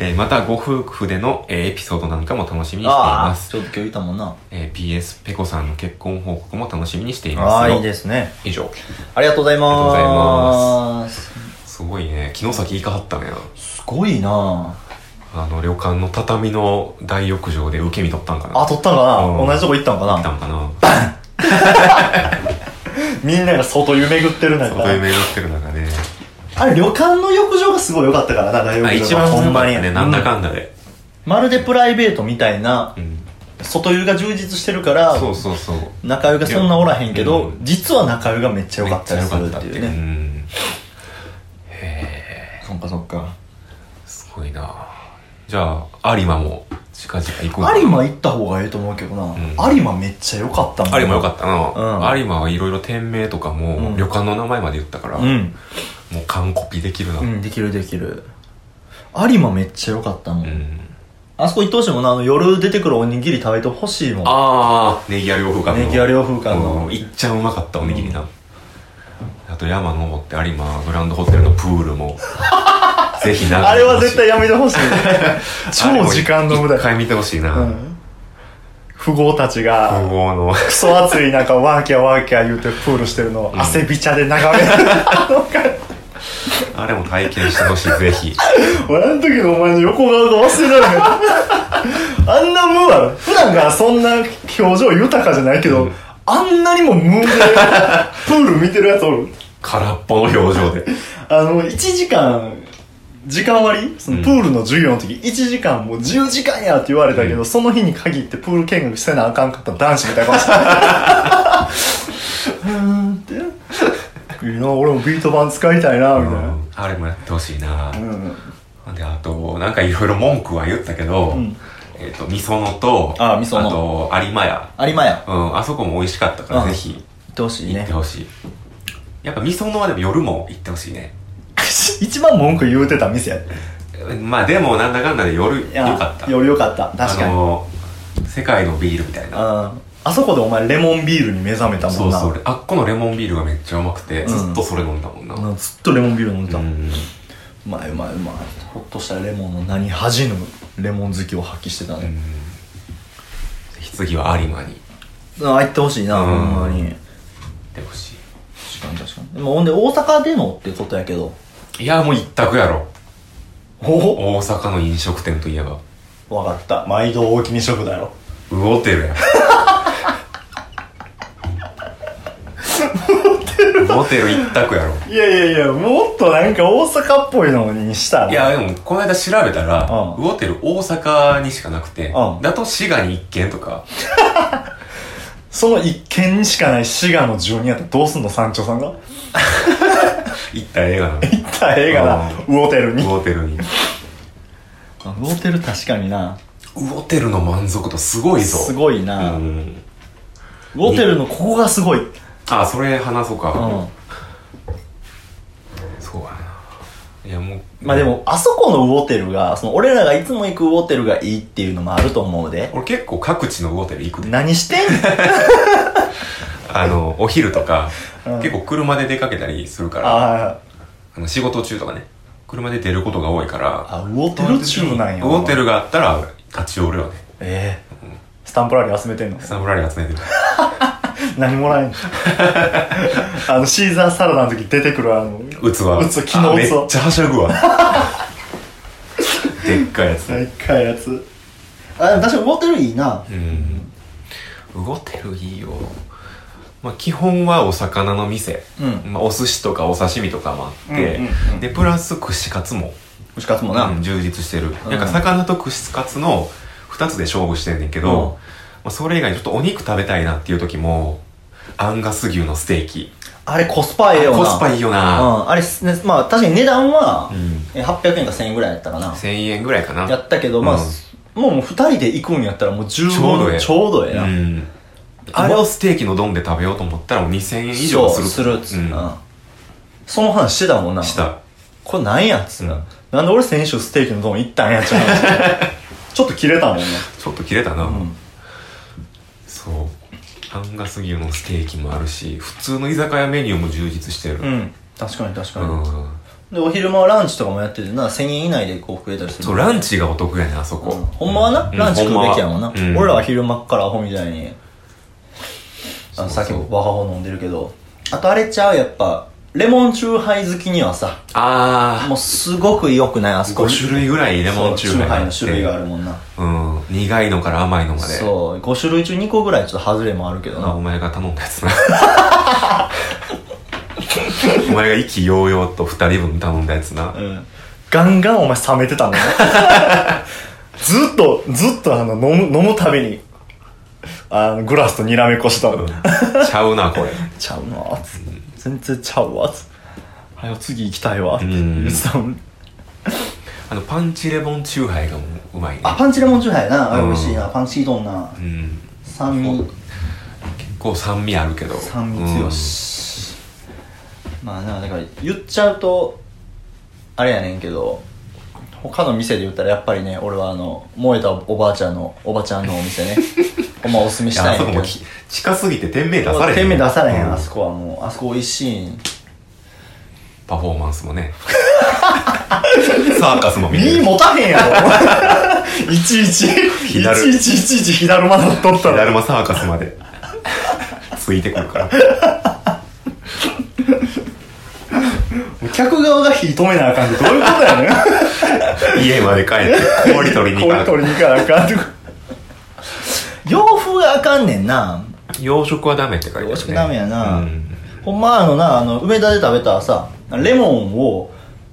[SPEAKER 1] えーまたご夫婦での、えーエピソードなんかも楽しみにしてい
[SPEAKER 2] あ
[SPEAKER 1] ま
[SPEAKER 2] あ
[SPEAKER 1] す、
[SPEAKER 2] ちょっと今日いたもんな
[SPEAKER 1] えー PS ペコさんの結婚報告も楽しみにしてい
[SPEAKER 2] あ
[SPEAKER 1] ま
[SPEAKER 2] あ
[SPEAKER 1] すよ
[SPEAKER 2] いいですね
[SPEAKER 1] 以上
[SPEAKER 2] ありがとうございます
[SPEAKER 1] ありがとうご
[SPEAKER 2] す
[SPEAKER 1] すごいね城崎行かはったね
[SPEAKER 2] ごいな
[SPEAKER 1] あの旅館の畳の大浴場で受け身取ったんかな
[SPEAKER 2] あ撮ったんかな、
[SPEAKER 1] うん
[SPEAKER 2] 同じとこ行ったんか
[SPEAKER 1] 行った
[SPEAKER 2] なん
[SPEAKER 1] かな
[SPEAKER 2] みんなが外湯巡ってる中
[SPEAKER 1] 外夢がってる中で、
[SPEAKER 2] あれ旅館の浴場がすごい良かったからな大浴場
[SPEAKER 1] あ
[SPEAKER 2] が
[SPEAKER 1] 一番ほんまにねなんだ
[SPEAKER 2] う
[SPEAKER 1] かんだで、
[SPEAKER 2] まるでプライベートみたいな
[SPEAKER 1] うん
[SPEAKER 2] 外湯が充実してるから
[SPEAKER 1] そうそうそう
[SPEAKER 2] 中湯がそんなおらへんけど、
[SPEAKER 1] うん
[SPEAKER 2] 実は中湯がめっちゃ良かったりするっていう
[SPEAKER 1] めっちゃ良かった
[SPEAKER 2] ね
[SPEAKER 1] ん
[SPEAKER 2] そっかそっか
[SPEAKER 1] すごいなじゃあ有馬も近々行こうか
[SPEAKER 2] 有馬行った方がええと思うけどな、
[SPEAKER 1] ん
[SPEAKER 2] 有馬めっちゃ良かったもん
[SPEAKER 1] 有馬よかったな、
[SPEAKER 2] うん
[SPEAKER 1] 有馬はいろいろ店名とか
[SPEAKER 2] う
[SPEAKER 1] も
[SPEAKER 2] ん
[SPEAKER 1] 旅館の名前まで言ったから、
[SPEAKER 2] う
[SPEAKER 1] も
[SPEAKER 2] ん、
[SPEAKER 1] う完コピできるな、う
[SPEAKER 2] うんん、できるできる有馬めっちゃ良かったもん、あそこ伊藤氏もなあの夜出てくるおにぎり食べてほしいもん
[SPEAKER 1] ああネギア両風館の
[SPEAKER 2] ネギア両風館の
[SPEAKER 1] うんいっちゃんうまかったおにぎりな、あと山登って有馬グランドホテルのプール もぜひな
[SPEAKER 2] あれは絶対やめてほしい超時間の無駄
[SPEAKER 1] 一回見てほしいな、
[SPEAKER 2] うん富豪たち
[SPEAKER 1] 高
[SPEAKER 2] が
[SPEAKER 1] 校 の
[SPEAKER 2] クソ暑い中ワーキャーワーキャー言うてプールしてるのを汗びちゃで眺め る、
[SPEAKER 1] あれも体験してほしいぜひ
[SPEAKER 2] 俺あの時のお前の横顔が忘れられへん あんな無は普段からそんな表情豊かじゃないけど、
[SPEAKER 1] うん
[SPEAKER 2] あんなにも無で プール見てるやつおる
[SPEAKER 1] 空っぽの表情で
[SPEAKER 2] あの1時間時間割そのプールの授業の時、1時間もう10時間やって言われたけど、
[SPEAKER 1] う
[SPEAKER 2] その日に限ってプール見学せなあかんかった男子みたいな顔して うーんっていいな俺もビート板使いたいなみたいな、
[SPEAKER 1] うんあれもやってほしいな、
[SPEAKER 2] うん
[SPEAKER 1] であとなんかいろいろ文句は言ったけど、
[SPEAKER 2] ん
[SPEAKER 1] えっ、とみそのと
[SPEAKER 2] あみその
[SPEAKER 1] と有馬屋
[SPEAKER 2] 有馬や
[SPEAKER 1] うんあそこも美味しかったから
[SPEAKER 2] うん
[SPEAKER 1] ぜひ
[SPEAKER 2] 行ってほしい
[SPEAKER 1] 行っ
[SPEAKER 2] ね
[SPEAKER 1] てほしいやっぱみそのはでも夜も行ってほしいね
[SPEAKER 2] 一番文句言うてた店
[SPEAKER 1] まあでもなんだかんだで夜良かった
[SPEAKER 2] よりよかった確か
[SPEAKER 1] あ
[SPEAKER 2] に
[SPEAKER 1] の世界のビールみたいな
[SPEAKER 2] ああそこでお前レモンビールに目覚めたも
[SPEAKER 1] そ
[SPEAKER 2] ん
[SPEAKER 1] う
[SPEAKER 2] な
[SPEAKER 1] そう俺あっこのレモンビールがめっちゃうまくて、
[SPEAKER 2] うん
[SPEAKER 1] ずっとそれ飲んだもんな、
[SPEAKER 2] うんずっとレモンビール飲んでた、
[SPEAKER 1] うん
[SPEAKER 2] うまいうまいうまいほっとしたレモンの名に恥じぬレモン好きを発揮してた
[SPEAKER 1] うん
[SPEAKER 2] ね、
[SPEAKER 1] ぜひ次は有馬に行
[SPEAKER 2] ああ行ってほしいな、
[SPEAKER 1] うん
[SPEAKER 2] ほんまに
[SPEAKER 1] ってほし
[SPEAKER 2] 確かに確かにでもほんで大阪でのってことやけど
[SPEAKER 1] いいやもう一択やろ
[SPEAKER 2] お
[SPEAKER 1] 大阪の飲食店といえば
[SPEAKER 2] わかった毎度大きに食だよ
[SPEAKER 1] ウオテルやモテる一択やろ。
[SPEAKER 2] いやいやいや、もっとなんか大阪っぽいのにしたら。
[SPEAKER 1] いや、でも、この間調べたら、
[SPEAKER 2] うん
[SPEAKER 1] ウォテル大阪にしかなくて、
[SPEAKER 2] うん
[SPEAKER 1] だと滋賀に一軒とか、
[SPEAKER 2] その一軒にしかない滋賀の住人やったらどうすんの山頂さんが。
[SPEAKER 1] 行った映画なの。ウ
[SPEAKER 2] 行ったらええがな、ウォーテルに。ウ
[SPEAKER 1] ォテルに。
[SPEAKER 2] ォーテル確かにな。
[SPEAKER 1] ウォテルの満足度すごいぞ。
[SPEAKER 2] すごいな。
[SPEAKER 1] う
[SPEAKER 2] ウ
[SPEAKER 1] ん。
[SPEAKER 2] ォーテルのここがすごい。うん。
[SPEAKER 1] あ、それ話そうか。そうやな。いや、もう。
[SPEAKER 2] まあで。も、あそこのウォーテルが、その俺らがいつも行くウォーテルがいいっていうのもあると思うで。
[SPEAKER 1] 俺結構各地のウォテル行くで。
[SPEAKER 2] 何してん の
[SPEAKER 1] あの、お昼とか、
[SPEAKER 2] うん
[SPEAKER 1] 結構車で出かけたりするから、
[SPEAKER 2] あ
[SPEAKER 1] あの仕事中とかね、車で出ることが多いから、
[SPEAKER 2] あ、ウォーテル中なんや。
[SPEAKER 1] ウォテルがあったら立ち寄るよね。
[SPEAKER 2] ええスタンプラリー集めてんの
[SPEAKER 1] スタンプラリー集めてる。
[SPEAKER 2] 何も らえんのあのシーザーサラダの時出てくるあの
[SPEAKER 1] 器。
[SPEAKER 2] 器昨 日器
[SPEAKER 1] あめっちゃはしゃ ぐわ。でっかいやつ。
[SPEAKER 2] でっかいやつあでも確かにウォーテルいいな
[SPEAKER 1] うん。ウォテルいいよ。まあ、基本はお魚の店。
[SPEAKER 2] うん
[SPEAKER 1] まあ、お寿司とかお刺身とかもあって、
[SPEAKER 2] うんうんうん
[SPEAKER 1] で、プラス串カツも。
[SPEAKER 2] 牛カツも
[SPEAKER 1] うん充実してる、なんか魚と串カツの2つで勝負してんねんけど、
[SPEAKER 2] うん
[SPEAKER 1] まあ、それ以外にちょっとお肉食べたいなっていう時もアンガス牛のステーキ
[SPEAKER 2] あれコスパええよな
[SPEAKER 1] コスパいいよな、
[SPEAKER 2] うんあれ、ね、まあ確かに値段は
[SPEAKER 1] うん
[SPEAKER 2] え800円か1000円ぐらいやったかな
[SPEAKER 1] 1000円ぐらいかな
[SPEAKER 2] やったけどまあ、もうもう2人で行くんやったらもう十分
[SPEAKER 1] ちょうどええ
[SPEAKER 2] ちょうどええな、
[SPEAKER 1] うんあれをステーキの丼で食べようと思ったらもう2000円以上
[SPEAKER 2] そう
[SPEAKER 1] す
[SPEAKER 2] す
[SPEAKER 1] る
[SPEAKER 2] るっつ
[SPEAKER 1] う
[SPEAKER 2] って
[SPEAKER 1] ん
[SPEAKER 2] な、その話してたもんな
[SPEAKER 1] した
[SPEAKER 2] これなんやっつってな、
[SPEAKER 1] うん
[SPEAKER 2] なんで俺先週ステーキの丼行ったんやっちゃう 話ちょっと切れたもんな
[SPEAKER 1] ちょっと切れたな、
[SPEAKER 2] うん
[SPEAKER 1] そうアンガス牛のステーキもあるし普通の居酒屋メニューも充実してる
[SPEAKER 2] うん確かに確か
[SPEAKER 1] う
[SPEAKER 2] に、
[SPEAKER 1] ん
[SPEAKER 2] でお昼間はランチとかもやっててな1000円以内でこう食えたりする
[SPEAKER 1] そうラン
[SPEAKER 2] チ
[SPEAKER 1] チがお得やねあそこ、
[SPEAKER 2] ほんまはな、ランチ食うべきやもんな、
[SPEAKER 1] ほま
[SPEAKER 2] 俺らは
[SPEAKER 1] うん
[SPEAKER 2] 昼間っからアホみたいにあの
[SPEAKER 1] そうそう
[SPEAKER 2] さっきもバカホ飲んでるけどあとあれちゃうやっぱレモンチューハイ好きにはさ
[SPEAKER 1] あ
[SPEAKER 2] もうすごく良くないあ
[SPEAKER 1] あ
[SPEAKER 2] そこ
[SPEAKER 1] 5種類ぐらいレモンチューハイ
[SPEAKER 2] そうチューハイの種類があるもんな
[SPEAKER 1] うん苦いのから甘いのまでう
[SPEAKER 2] そう5種類中2個ぐらいちょっと外れもあるけどな
[SPEAKER 1] お前が頼んだやつな お前が意気揚々と2人分頼んだやつな、
[SPEAKER 2] うんガンガンお前冷めてたんだね ずっとずっとあの飲む飲むたびにあのグラスとにらめっこしたの、
[SPEAKER 1] ちゃうなこれ
[SPEAKER 2] ちゃうなーっつって全然ちゃうわっつってはよ次行きたいわって
[SPEAKER 1] うん
[SPEAKER 2] 言ってたもん
[SPEAKER 1] あのパンチレモンチューハイがもううまいね
[SPEAKER 2] あパンチレモンチューハイなあれ
[SPEAKER 1] うん
[SPEAKER 2] 美味しいなパンチードンな
[SPEAKER 1] うん
[SPEAKER 2] 酸味
[SPEAKER 1] こう酸味あるけど
[SPEAKER 2] 酸味強しまあなだから言っちゃうとあれやねんけど他の店で言ったらやっぱりね俺はあの燃えたおばあちゃんのおばちゃんのお店ねほんまおすすめ
[SPEAKER 1] い
[SPEAKER 2] し
[SPEAKER 1] や
[SPEAKER 2] た
[SPEAKER 1] あ
[SPEAKER 2] い
[SPEAKER 1] そ
[SPEAKER 2] ねん
[SPEAKER 1] こ
[SPEAKER 2] け
[SPEAKER 1] も
[SPEAKER 2] ど
[SPEAKER 1] き近すぎて店名出されへん
[SPEAKER 2] 店名出されへん、
[SPEAKER 1] う
[SPEAKER 2] あそこはもうあそこ美味しいん
[SPEAKER 1] パフォーマンスもね サーカスも見れ
[SPEAKER 2] 身
[SPEAKER 1] る
[SPEAKER 2] 持たへんやろいちいちいちい
[SPEAKER 1] だる
[SPEAKER 2] ちいちいち火だるまなっとった
[SPEAKER 1] だる
[SPEAKER 2] ら
[SPEAKER 1] まサーカスまでついてくる から
[SPEAKER 2] 客側が火止めなあかんってどういうことやねん
[SPEAKER 1] 家まで帰って氷取りに行か
[SPEAKER 2] 氷
[SPEAKER 1] な
[SPEAKER 2] 取りに行かなあかんってこと洋風があかんねんな
[SPEAKER 1] 洋食はダメって書いてある、ね、
[SPEAKER 2] 洋食ダメやな、
[SPEAKER 1] うん
[SPEAKER 2] ほんまあのなあの梅田で食べたさレモンを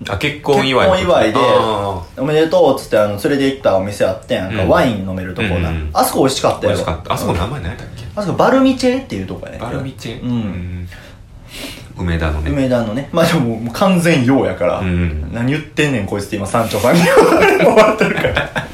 [SPEAKER 1] あ結婚祝いの時
[SPEAKER 2] 結婚祝いで
[SPEAKER 1] あ
[SPEAKER 2] おめでとうっつってあの連れて行ったお店あってなんか、
[SPEAKER 1] うん
[SPEAKER 2] ワイン飲めるとこな、
[SPEAKER 1] うんうん
[SPEAKER 2] あそこ美味し
[SPEAKER 1] ー
[SPEAKER 2] かった
[SPEAKER 1] 美
[SPEAKER 2] よ
[SPEAKER 1] 味しかったあそこ
[SPEAKER 2] うん
[SPEAKER 1] 名前何やったっけ
[SPEAKER 2] あそこバルミチェっていうとこやねんけ
[SPEAKER 1] バ
[SPEAKER 2] ど
[SPEAKER 1] ルミチェ
[SPEAKER 2] うん
[SPEAKER 1] うん梅田のね
[SPEAKER 2] 梅田のねまあでももう完全洋やから、
[SPEAKER 1] うん
[SPEAKER 2] 何言ってんねんこいつって今山頂さんに終わってるから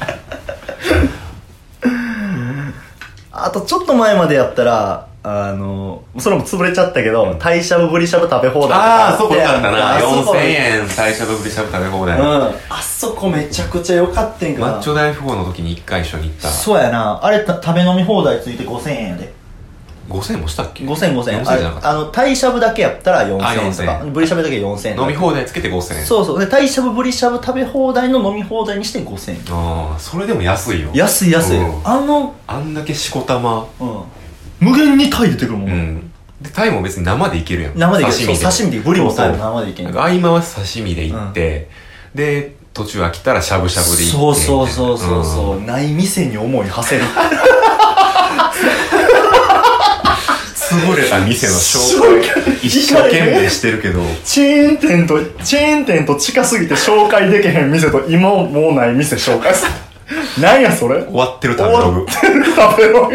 [SPEAKER 2] あとちょっと前までやったらあのそれも潰れちゃったけど鯛しゃぶぶりしゃぶ食べ放題とか
[SPEAKER 1] ああそこよかったな
[SPEAKER 2] あそこ
[SPEAKER 1] 4000円最初のぶりしゃぶ食べ放題、
[SPEAKER 2] うんあそこめちゃくちゃ良かったんか
[SPEAKER 1] マ
[SPEAKER 2] な
[SPEAKER 1] ッチョ大富豪の時に一回一緒に行った
[SPEAKER 2] そうやなあれた食べ飲み放題ついて5000円やで
[SPEAKER 1] 5000もしたっけ
[SPEAKER 2] 5000、5000
[SPEAKER 1] 4000
[SPEAKER 2] 円。
[SPEAKER 1] じゃなかった
[SPEAKER 2] あの、鯛しゃぶだけやったら
[SPEAKER 1] あ
[SPEAKER 2] 4000円とか
[SPEAKER 1] 4000、
[SPEAKER 2] ぶりしゃぶだけ4000円とか。
[SPEAKER 1] 飲み放題つけて5000円
[SPEAKER 2] そうそう。で、鯛しゃぶ、ぶりしゃぶ食べ放題の飲み放題にして5000円。
[SPEAKER 1] ああそれでも安いよ
[SPEAKER 2] 安い安い
[SPEAKER 1] うん。
[SPEAKER 2] あの、
[SPEAKER 1] あんだけしこたま
[SPEAKER 2] うん。無限に鯛出てくるも。
[SPEAKER 1] うんんでタイも別に生でいけるやん
[SPEAKER 2] 生でいける
[SPEAKER 1] 刺身で
[SPEAKER 2] そう刺身でブリも
[SPEAKER 1] そうそう
[SPEAKER 2] タイも生でいける
[SPEAKER 1] なんか合間は刺身で行って、で途中飽きたらしゃぶしゃぶで行って
[SPEAKER 2] そうそうそうそう
[SPEAKER 1] うん
[SPEAKER 2] そう。ない店に思い馳せる。
[SPEAKER 1] 潰れた 店の紹
[SPEAKER 2] 紹介
[SPEAKER 1] 介一生懸命してるけど
[SPEAKER 2] チェーン店と、チェーン店と近すぎて紹介できへん店と今もうない店紹介する。なんやそれ
[SPEAKER 1] 終わってる食べログ
[SPEAKER 2] 終わってる食べログ。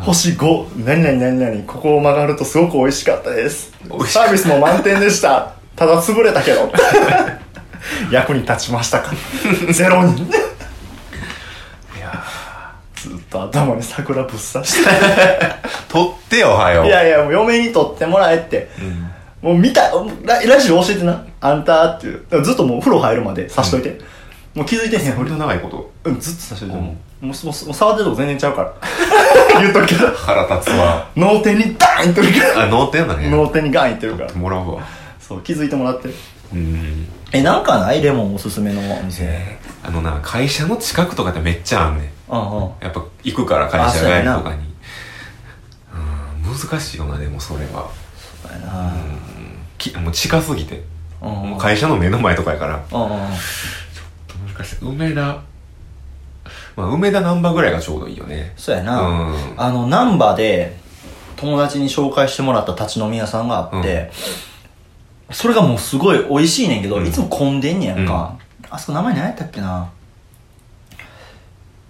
[SPEAKER 2] 星5、何々何々、ここを曲がるとすごく美味しかったです
[SPEAKER 1] 美味。し
[SPEAKER 2] サ
[SPEAKER 1] かった
[SPEAKER 2] ービスも満点でした。ただ潰れたけど。 役に立ちましたかゼロ人。ずっと頭に桜ぶっ刺して。
[SPEAKER 1] 取ってよおはよう
[SPEAKER 2] いやいや、もう嫁に撮ってもらえって。もう見た、ララジオ教えてな。あんたっていう。ずっともう風呂入るまで刺しといて。もう気づいてへん、
[SPEAKER 1] 俺
[SPEAKER 2] 俺
[SPEAKER 1] の長いこと
[SPEAKER 2] うん、ずっと刺しといて。もう、もう、もうもう触ってるとこ全然ちゃうから。 言っとくけど。
[SPEAKER 1] 腹立つわ
[SPEAKER 2] 脳天にダーンいってるか
[SPEAKER 1] あ脳天だね
[SPEAKER 2] ら。脳天にガーンいってるから。
[SPEAKER 1] もらうわ
[SPEAKER 2] そう、気づいてもらってる。
[SPEAKER 1] うん
[SPEAKER 2] え、なんかないレモンおすすめのお店。
[SPEAKER 1] あのな会社の近くとかってめっちゃあんねん
[SPEAKER 2] うんうん。
[SPEAKER 1] やっぱ行くから会
[SPEAKER 2] あ
[SPEAKER 1] 社
[SPEAKER 2] そう
[SPEAKER 1] 帰
[SPEAKER 2] や
[SPEAKER 1] り
[SPEAKER 2] な
[SPEAKER 1] とかにうん難しいよなでもそれは
[SPEAKER 2] そうやな
[SPEAKER 1] きもう近すぎて
[SPEAKER 2] うん
[SPEAKER 1] もう会社の目の前とかやから
[SPEAKER 2] うんうんうん。
[SPEAKER 1] 難しい梅田まあ梅田ナンバーぐらいがちょうどいいよね
[SPEAKER 2] そうや
[SPEAKER 1] う
[SPEAKER 2] な。
[SPEAKER 1] ん
[SPEAKER 2] あの、難波で、友達に紹介してもらった立ち飲み屋さんがあって、それがもうすごい美味しいねんけど、
[SPEAKER 1] うん
[SPEAKER 2] いつも混んでんねやんか。あそこ名前何やったっけな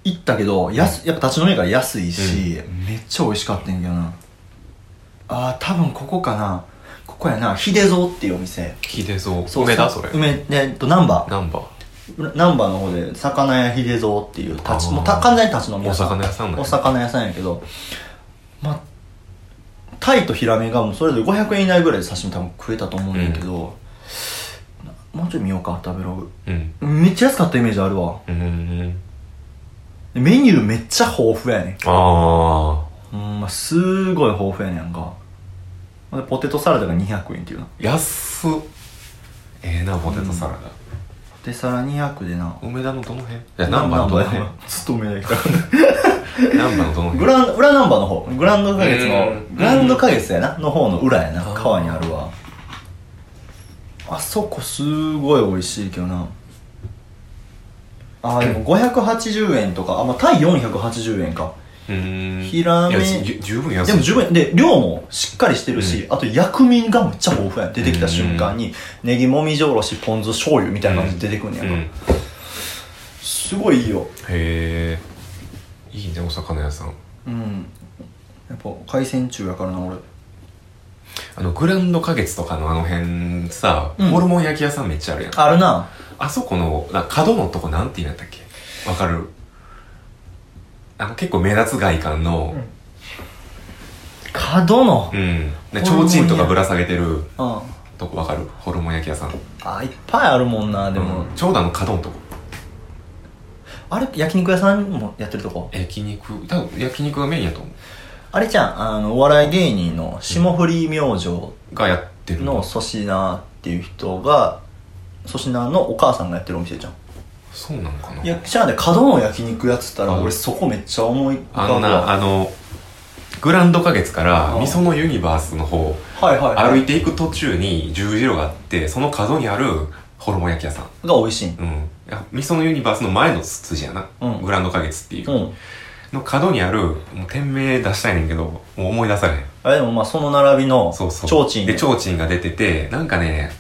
[SPEAKER 2] 行ったけど、安、やっぱ立ち飲みやから安いし、めっちゃ美味しかったんやけどな。ああ、多分ここかな。ここやな、秀蔵っていうお店。
[SPEAKER 1] 聞いてそう梅田
[SPEAKER 2] さ
[SPEAKER 1] それ
[SPEAKER 2] 梅、でえっと、難波。
[SPEAKER 1] ナンバー
[SPEAKER 2] 難波の方で魚屋秀蔵っていう立
[SPEAKER 1] あ
[SPEAKER 2] ち
[SPEAKER 1] ー
[SPEAKER 2] もうた完全に立ち飲み屋さん
[SPEAKER 1] お魚屋さんなんや
[SPEAKER 2] お魚屋さんやけどまあタイとヒラメがもうそれぞれ500円以内ぐらいで刺身多分食えたと思うんだけど、なもうちょい見ようか食べロ
[SPEAKER 1] うん
[SPEAKER 2] グめっちゃ安かったイメージあるわ
[SPEAKER 1] うん
[SPEAKER 2] でメニューめっちゃ豊富やね
[SPEAKER 1] あ
[SPEAKER 2] ん
[SPEAKER 1] あ
[SPEAKER 2] ほんますごい豊富やねんかでポテトサラダが200円っていうな
[SPEAKER 1] 安っええなポテトサラダ
[SPEAKER 2] ポテサラ200でな
[SPEAKER 1] 梅田のどの辺いやナンバーのどの辺
[SPEAKER 2] ナンバーずっと梅田行くから
[SPEAKER 1] ナンバーのどの
[SPEAKER 2] グ
[SPEAKER 1] 辺
[SPEAKER 2] ラン、裏ナンバーの方。グランド花月の
[SPEAKER 1] うん、
[SPEAKER 2] グランド花月やな、の方の裏やな
[SPEAKER 1] あ。ー
[SPEAKER 2] 川にあるわ。あそこすごい美味しいけどな。あー、でも580円とか、あ、まあ、タイ480円か。
[SPEAKER 1] うん
[SPEAKER 2] ヒラメ
[SPEAKER 1] いやじゅ十分安い
[SPEAKER 2] でも十分、で、量もしっかりしてるし、あと薬味がめっちゃ豊富やん。出てきた瞬間に、ネギもみじおろし、ポン酢、醤油みたいな感じで出てくんねや
[SPEAKER 1] うんん
[SPEAKER 2] か。
[SPEAKER 1] へ
[SPEAKER 2] すごいいいよ。
[SPEAKER 1] えいいねお魚屋さん
[SPEAKER 2] うん。やっぱ海鮮中やからな、俺。
[SPEAKER 1] あのグランド花月とかのあの辺さ、
[SPEAKER 2] うん
[SPEAKER 1] ホルモン焼き屋さんめっちゃあるやん
[SPEAKER 2] あるな。
[SPEAKER 1] あそこのな角のとこなんて言うんだったっけわかるあの結構目立つ外観の
[SPEAKER 2] 角の。
[SPEAKER 1] うんで
[SPEAKER 2] ホルモン
[SPEAKER 1] 提
[SPEAKER 2] 屋
[SPEAKER 1] 灯とかぶら下げてる
[SPEAKER 2] うん。
[SPEAKER 1] とこわかるホルモン焼き屋さん
[SPEAKER 2] あいっぱいあるもんなで
[SPEAKER 1] う
[SPEAKER 2] も、
[SPEAKER 1] んちょうどあの角のとこ
[SPEAKER 2] あれ焼肉屋さんもやってるとこ
[SPEAKER 1] 焼肉多分焼肉がメインやと思う
[SPEAKER 2] あれじゃんあのお笑い芸人の霜降り明星
[SPEAKER 1] がやってる
[SPEAKER 2] の粗品っていう人が粗品のお母さんがやってるお店じゃん
[SPEAKER 1] そうなのかない
[SPEAKER 2] や知らんで角の焼肉やっつったら
[SPEAKER 1] うん
[SPEAKER 2] 俺そこめっちゃ思い浮
[SPEAKER 1] あの
[SPEAKER 2] かぶわ
[SPEAKER 1] なあのグランド花月か
[SPEAKER 2] う
[SPEAKER 1] ら
[SPEAKER 2] ん
[SPEAKER 1] みそのユニバースの方
[SPEAKER 2] はいはい、は
[SPEAKER 1] 歩
[SPEAKER 2] い、
[SPEAKER 1] いていく途中に十字路があってその角にあるホルモン焼き屋さん
[SPEAKER 2] が美味しいん
[SPEAKER 1] うんいやみそのユニバースの前の筋やな、
[SPEAKER 2] うん
[SPEAKER 1] グランド花月っていう、
[SPEAKER 2] うん
[SPEAKER 1] の角にあるもう店名出したいねんけどもう思い出されへん
[SPEAKER 2] あれでもまあその並びの
[SPEAKER 1] そうそう
[SPEAKER 2] 提
[SPEAKER 1] で
[SPEAKER 2] 灯
[SPEAKER 1] 提灯が出ててなんかね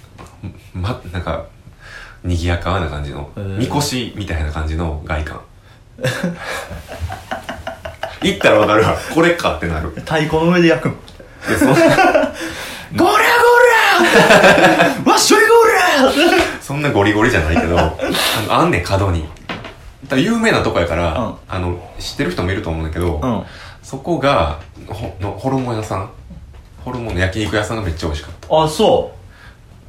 [SPEAKER 1] まなんか賑やかな感じの
[SPEAKER 2] へー
[SPEAKER 1] みこしみたいな感じの外観 行ったらわかるわこれかってなる
[SPEAKER 2] 太鼓の上で焼くん
[SPEAKER 1] でそん
[SPEAKER 2] ゴラゴ ラわっしょいゴラ
[SPEAKER 1] そんなゴリゴリじゃない けどあのあんねん角にだから有名なとこやから、
[SPEAKER 2] うん
[SPEAKER 1] あの知ってる人もいると思うんだけど、
[SPEAKER 2] うん
[SPEAKER 1] そこがほのホルモン屋さんホルモンの焼肉屋さんがめっちゃ美味しかった
[SPEAKER 2] あそ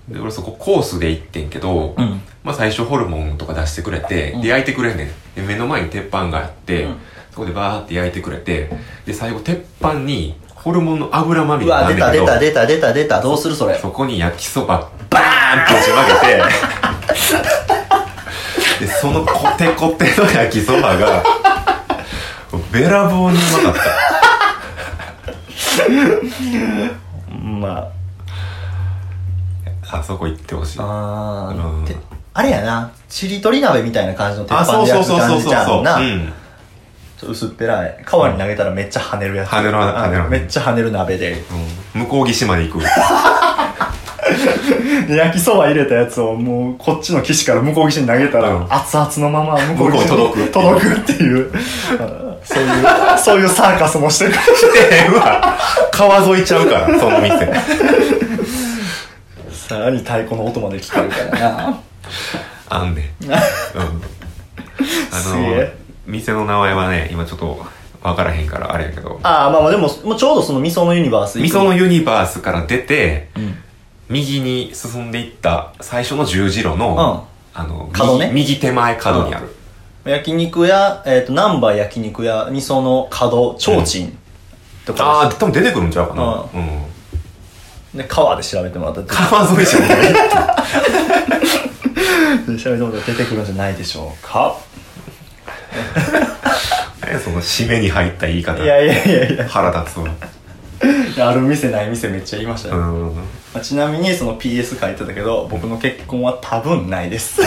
[SPEAKER 1] で俺そこコースで行ってんけど、
[SPEAKER 2] ううん
[SPEAKER 1] まあ最初ホルモンとか出してくれて、
[SPEAKER 2] うん
[SPEAKER 1] で焼いてくれんねんで目の前に鉄板があって、
[SPEAKER 2] うん
[SPEAKER 1] そこでバーって焼いてくれてで最後鉄板にホルモンの油まみれ
[SPEAKER 2] う
[SPEAKER 1] に
[SPEAKER 2] わ
[SPEAKER 1] な
[SPEAKER 2] 出
[SPEAKER 1] んねん
[SPEAKER 2] た
[SPEAKER 1] け
[SPEAKER 2] 出
[SPEAKER 1] ど
[SPEAKER 2] た出た出た出たどうするそれ
[SPEAKER 1] そこに焼きそばバーンって打ち分けてでそのコテコテの焼きそばがべらぼうにうまかっ
[SPEAKER 2] ま
[SPEAKER 1] たあそこ行ってほしい
[SPEAKER 2] あ、あ
[SPEAKER 1] うん
[SPEAKER 2] ーてあれやな、ちりとり鍋みたいな感じの鉄
[SPEAKER 1] あ
[SPEAKER 2] 板
[SPEAKER 1] そう
[SPEAKER 2] で
[SPEAKER 1] そ
[SPEAKER 2] 焼
[SPEAKER 1] うそ
[SPEAKER 2] く
[SPEAKER 1] うそう
[SPEAKER 2] 感じ
[SPEAKER 1] そう
[SPEAKER 2] じゃ
[SPEAKER 1] そ
[SPEAKER 2] ん
[SPEAKER 1] う
[SPEAKER 2] な。
[SPEAKER 1] ん
[SPEAKER 2] ちょっと薄っぺらい川に投げたらめっちゃ跳ねるやつ
[SPEAKER 1] 跳ねる跳ねる
[SPEAKER 2] うんめっちゃ跳ねる鍋で
[SPEAKER 1] うん向こう岸まで行く。
[SPEAKER 2] で焼きそば入れたやつをもうこっちの岸から向こう岸に投げたら、
[SPEAKER 1] うん
[SPEAKER 2] 熱々のまま向こう岸に
[SPEAKER 1] 向こうに
[SPEAKER 2] 届
[SPEAKER 1] 届
[SPEAKER 2] くっていうあそう いうそういうサーカスもしてくる
[SPEAKER 1] してへんわ。川沿いちゃうから、その店。
[SPEAKER 2] さらに太鼓の音まで聞こえるからな
[SPEAKER 1] あんねん。うん。
[SPEAKER 2] すげ
[SPEAKER 1] あの
[SPEAKER 2] え、
[SPEAKER 1] 店の名前はね、今ちょっとわからへんから、あれやけど。
[SPEAKER 2] ああまあまあでももうちょうどその味噌のユニバース
[SPEAKER 1] 味
[SPEAKER 2] 行
[SPEAKER 1] 噌
[SPEAKER 2] く
[SPEAKER 1] のユニバースから出て、
[SPEAKER 2] うん
[SPEAKER 1] 右に進んでいった最初の十字路の、あの、
[SPEAKER 2] 角ね
[SPEAKER 1] 右右手前角にある。
[SPEAKER 2] 焼肉屋、えっ、と、ナンバー焼肉屋、味噌の角、提灯と
[SPEAKER 1] あ
[SPEAKER 2] か
[SPEAKER 1] あ、多分出てくるんちゃうかな。
[SPEAKER 2] う
[SPEAKER 1] うん。
[SPEAKER 2] です、で、川で調べてもらったら、
[SPEAKER 1] 川沿いじゃない。
[SPEAKER 2] で 調べてもらったら出てくるんじゃないでしょうか。
[SPEAKER 1] 何やその締めに入った言い
[SPEAKER 2] い
[SPEAKER 1] 方。
[SPEAKER 2] やいやいやいや
[SPEAKER 1] 腹立つわ。
[SPEAKER 2] いや、ある店ない店めっちゃ言いましたね。
[SPEAKER 1] う
[SPEAKER 2] ま
[SPEAKER 1] ん。うん
[SPEAKER 2] あ、ちなみに、その PS 書いてたけど、僕の結婚は多分ないです。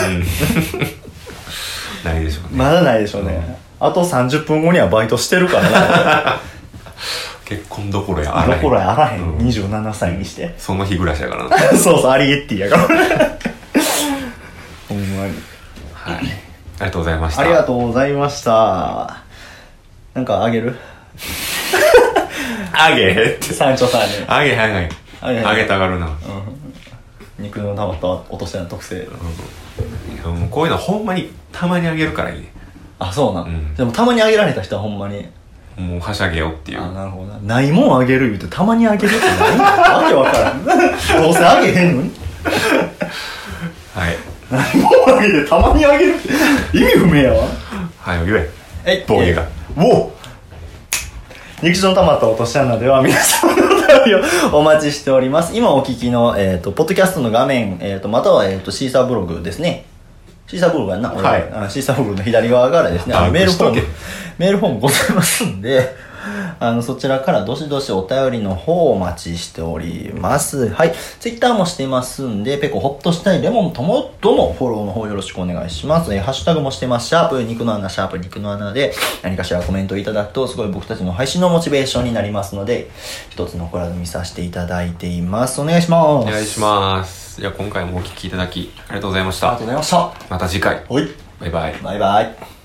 [SPEAKER 1] ないでしょうね。
[SPEAKER 2] まだないでしょうね。あと30分後にはバイトしてるから
[SPEAKER 1] 結婚どころや、
[SPEAKER 2] な。
[SPEAKER 1] あら
[SPEAKER 2] ど
[SPEAKER 1] へん
[SPEAKER 2] こらや あらへん。
[SPEAKER 1] うん
[SPEAKER 2] 27歳にして。
[SPEAKER 1] その日暮らしやからな。
[SPEAKER 2] そうそう、アリエッティやから。 ほんまに。
[SPEAKER 1] はい。ありがとうございました。
[SPEAKER 2] ありがとうございました。なんかあげる
[SPEAKER 1] あげへって。
[SPEAKER 2] 山頂さんに。
[SPEAKER 1] あげへんあげへん
[SPEAKER 2] あげへん
[SPEAKER 1] あげたがるな。
[SPEAKER 2] 肉の溜まった落としたような特性。
[SPEAKER 1] いやもうこういうのほんまにたまにあげるからいいね。
[SPEAKER 2] あ、そうなん。
[SPEAKER 1] うん
[SPEAKER 2] でもたまにあげられた人はほんまに。
[SPEAKER 1] もうはしゃげよっていう。
[SPEAKER 2] あ、なるほどな。ないもんあげる言うてたまにあげるってないわけわから ん。どうせあげへんのに。
[SPEAKER 1] はい。
[SPEAKER 2] ないもんあげてたまにあげるって意味不明やわ。
[SPEAKER 1] はい、言え。
[SPEAKER 2] え
[SPEAKER 1] ボケが。
[SPEAKER 2] ウォー肉汁の溜まった落とし穴では皆様のお便りをお待ちしております。今お聞きの、えっ、と、ポッドキャストの画面、えっ、と、または、えっ、と、シーサーブログですね。シーサーブログやんな、俺
[SPEAKER 1] はい
[SPEAKER 2] あシーサーブログの左側からですね、あの
[SPEAKER 1] 把握
[SPEAKER 2] メールフォーム
[SPEAKER 1] しとけ、
[SPEAKER 2] メールフォームございますんで、あの、そちらからどしどしお便りの方をお待ちしております。はい。ツイッターもしていますんで、ペコほっとしたいレモンともどのフォローの方よろしくお願いします。えーハッシュタグもしてます。シャープ肉の穴、シャープ肉の穴で、何かしらコメントいただくと、すごい僕たちの配信のモチベーションになりますので、一つ残らず見させていただいています。お願いします。
[SPEAKER 1] お願いします。じゃあ今回もお聞きいただきありがとうございまし
[SPEAKER 2] あり
[SPEAKER 1] た
[SPEAKER 2] がとう。ございました。
[SPEAKER 1] また次回。
[SPEAKER 2] はい。
[SPEAKER 1] バイバイ。
[SPEAKER 2] バイバイ。